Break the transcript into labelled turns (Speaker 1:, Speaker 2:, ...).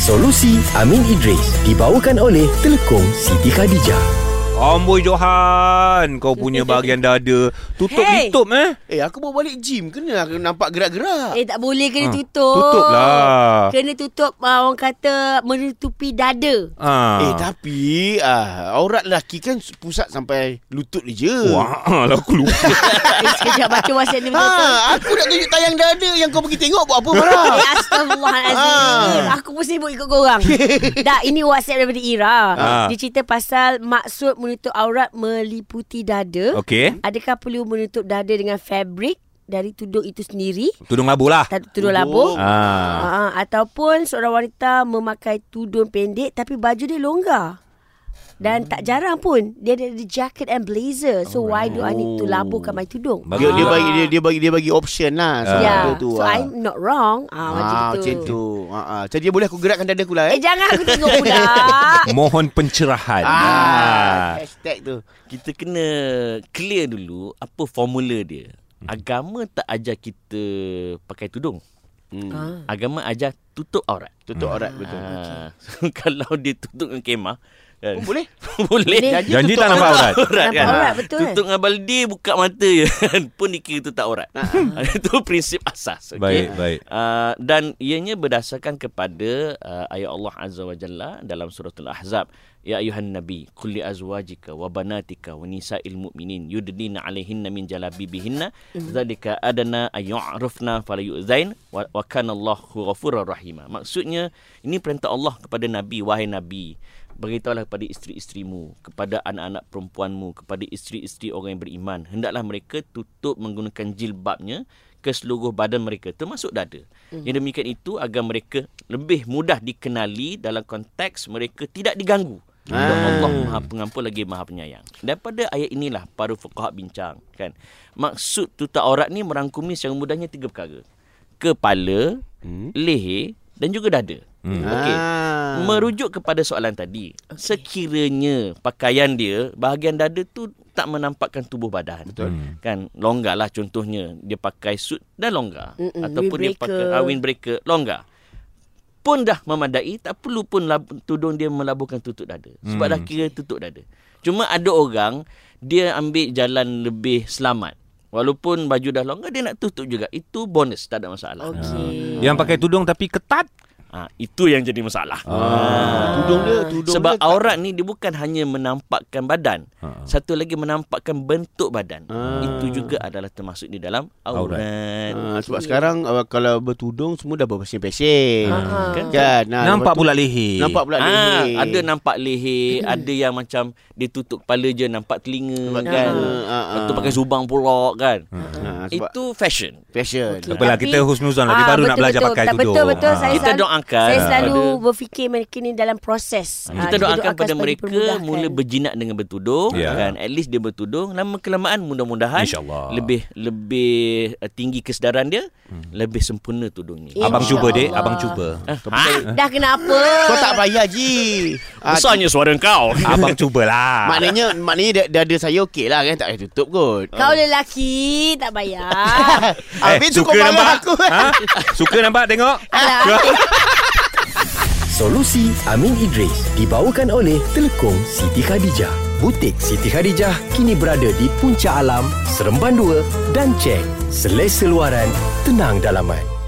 Speaker 1: Solusi Amin Idris dibawakan oleh Telekom Siti Khadijah.
Speaker 2: Amboi Johan Kau punya bahagian dada Tutup
Speaker 3: Hey!
Speaker 2: litup eh
Speaker 4: Eh aku baru balik gym Kena lah nampak gerak-gerak
Speaker 3: Eh tak boleh
Speaker 2: Ha,
Speaker 3: kena tutup.
Speaker 2: tutup lah.
Speaker 3: Kena tutup uh, orang kata menutupi dada.
Speaker 2: ha.
Speaker 4: Eh tapi ah, Aurat lelaki kan pusat sampai lutut je
Speaker 2: Wah lah aku lupa
Speaker 3: Eh, sekejap baca WhatsApp ni betul-betul.
Speaker 4: Ha, aku nak tunjuk tayang dada yang kau pergi tengok buat apa
Speaker 3: Eh,
Speaker 4: marah.
Speaker 3: Astagfirullahalazim. Aku pun sibuk ikut korang. Dah, ini WhatsApp daripada Ira.
Speaker 2: Ah.
Speaker 3: Dia cerita pasal maksud menutup aurat meliputi dada.
Speaker 2: Okey
Speaker 3: Adakah perlu menutup dada dengan fabrik dari tudung itu sendiri?
Speaker 2: Tudung labu lah
Speaker 3: Tak- Tudung labuh.
Speaker 2: ha.
Speaker 3: Ha, ataupun seorang wanita memakai tudung pendek tapi baju dia longgar. Dan tak jarang pun dia ada the jacket and blazer. So why do I need to labuhkan my tudung?
Speaker 2: Bagus
Speaker 4: Dia, dia
Speaker 2: juga.
Speaker 4: bagi dia, dia bagi dia bagi option lah
Speaker 3: Ah. Ya.
Speaker 4: sebab
Speaker 3: Yeah.
Speaker 4: tu.
Speaker 3: So
Speaker 4: ah.
Speaker 3: I'm not wrong. Ah ha, macam
Speaker 4: Ah,
Speaker 3: tu.
Speaker 4: macam tu. Ha ah. Jadi dia boleh aku gerakkan dada aku lah
Speaker 3: Eh
Speaker 4: eh.
Speaker 3: jangan aku tengok budak.
Speaker 2: Mohon pencerahan
Speaker 4: Ah, hashtag tu.
Speaker 5: kita kena clear dulu apa formula dia. Agama tak ajar kita pakai tudung.
Speaker 4: Hmm.
Speaker 3: Ah.
Speaker 5: Agama ajar tutup aurat.
Speaker 4: Tutup aurat betul.
Speaker 5: Ah, so, kalau dia tutup dengan kemah kan.
Speaker 3: Oh,
Speaker 4: Pun boleh.
Speaker 5: boleh.
Speaker 3: Boleh.
Speaker 2: Janji
Speaker 4: tutup
Speaker 2: tak nampak aurat
Speaker 5: Aurat kan?
Speaker 3: Nampak aurat, betul. kan?
Speaker 5: Tutup dengan baldi buka mata je kan. Pun dikira tu tak aurat.
Speaker 3: Ah,
Speaker 5: Itu prinsip asas. okey?
Speaker 2: Baik baik
Speaker 5: Uh, dan ianya berdasarkan kepada uh, ayat Allah Azza wa Jalla dalam surah Al-Ahzab ya ayuhan nabi qul li azwajika wa banatika wa nisa'il mu'minin yudnina 'alaihinna min jalabibihinna zalika adana ayyurafna fala yu'zain wa, wa kana Allahu ghafurur rahima maksudnya ini perintah Allah kepada nabi wahai nabi beritahulah kepada isteri-isterimu kepada anak-anak perempuanmu kepada isteri-isteri orang yang beriman hendaklah mereka tutup menggunakan jilbabnya ke seluruh badan mereka termasuk dada. Hmm. Yang demikian itu agar mereka lebih mudah dikenali dalam konteks mereka tidak diganggu. Dan Allah Maha Pengampun lagi Maha Penyayang. Daripada ayat inilah para fuqaha bincang kan. Maksud tutup aurat ni merangkumi secara mudahnya tiga perkara. Kepala, hmm. leher dan juga dada. Hmm. Okey.
Speaker 4: Ah.
Speaker 5: Merujuk kepada soalan tadi, sekiranya pakaian dia bahagian dada tu tak menampakkan tubuh badan. Betul. Kan longgar lah contohnya dia pakai suit dan longgar
Speaker 3: Mm-mm,
Speaker 5: ataupun dia pakai
Speaker 3: windbreaker.
Speaker 5: uh, windbreaker longgar. Pun dah memadai tak perlu pun lab, tudung dia melabuhkan tutup dada. Sebab dah kira tutup dada. Cuma ada orang dia ambil jalan lebih selamat. Walaupun baju dah longgar dia nak tutup juga. Itu bonus tak ada masalah.
Speaker 3: Okey.
Speaker 2: Yang pakai tudung tapi ketat
Speaker 4: Ah,
Speaker 5: Ha, itu yang jadi masalah. Ah.
Speaker 4: Tudung dia, tudung
Speaker 5: Sebab
Speaker 4: dia.
Speaker 5: aurat ni dia bukan hanya menampakkan badan.
Speaker 2: Ha.
Speaker 5: Satu lagi menampakkan bentuk badan.
Speaker 4: Ha.
Speaker 5: Itu juga adalah termasuk di dalam
Speaker 2: Aurat.
Speaker 5: aurat.
Speaker 4: Ah, sebab sekarang ah, kalau bertudung semua dah berpasing-pasing.
Speaker 5: Ah. Kan?
Speaker 4: Kan? Ah,
Speaker 2: Nampak
Speaker 4: lepas tu-
Speaker 2: pula leher
Speaker 4: Nampak pula
Speaker 5: Ah,
Speaker 4: leher. Hmm.
Speaker 5: ada nampak leher, ada yang macam dia tutup kepala je nampak telinga
Speaker 4: Nampak
Speaker 5: kan.
Speaker 4: telinga, ah,
Speaker 5: Lepas tu
Speaker 4: ah.
Speaker 5: pakai zubang pula kan.
Speaker 2: Ha.
Speaker 4: Ah, sebab
Speaker 5: Itu fashion.
Speaker 4: fashion.
Speaker 3: Okey.
Speaker 2: Apalah
Speaker 3: Tapi-
Speaker 2: kita husnuzon lah Dia
Speaker 3: Ah,
Speaker 2: baru nak
Speaker 3: betul,
Speaker 2: belajar
Speaker 3: betul.
Speaker 2: pakai
Speaker 3: Tak,
Speaker 2: tudung
Speaker 3: Betul betul
Speaker 2: Ah.
Speaker 3: saya
Speaker 5: Kita
Speaker 3: selalu
Speaker 5: doakan.
Speaker 3: Saya
Speaker 5: Ah.
Speaker 3: selalu
Speaker 5: Pada-
Speaker 3: berfikir mereka ni dalam proses. Ah,
Speaker 5: Kita doakan kepada
Speaker 3: supaya
Speaker 5: mereka
Speaker 3: dipermudahkan.
Speaker 5: mula berjinak dengan bertudung
Speaker 2: Ya.
Speaker 5: yeah. kan at least dia bertudung lama kelamaan mudah-mudahan
Speaker 2: InsyaAllah.
Speaker 5: lebih lebih eh, tinggi kesedaran dia hmm. lebih sempurna tudungnya.
Speaker 3: Eh,
Speaker 4: Ya.
Speaker 2: Abang
Speaker 3: Insya
Speaker 2: cuba dek
Speaker 3: Allah.
Speaker 2: Abang cuba
Speaker 5: Ha?
Speaker 3: Dah kenapa?
Speaker 4: Kau tak payah ji. Ah,
Speaker 5: Besarnya suara kau.
Speaker 2: Abang cubalah
Speaker 4: Maknanya maknanya da- dada saya okey lah kan tak payah tutup kot.
Speaker 3: Kau lelaki tak bayar.
Speaker 5: Eh,
Speaker 4: Habis tu kau marah aku.
Speaker 2: Eh, ha? Suka nampak tengok
Speaker 3: Alah.
Speaker 1: Solusi Amin Idris dibawakan oleh Telekom Siti Khadijah. Butik Siti Khadijah kini berada di Puncak Alam, Seremban 2 dan Cheng. Selesa luaran, tenang dalaman.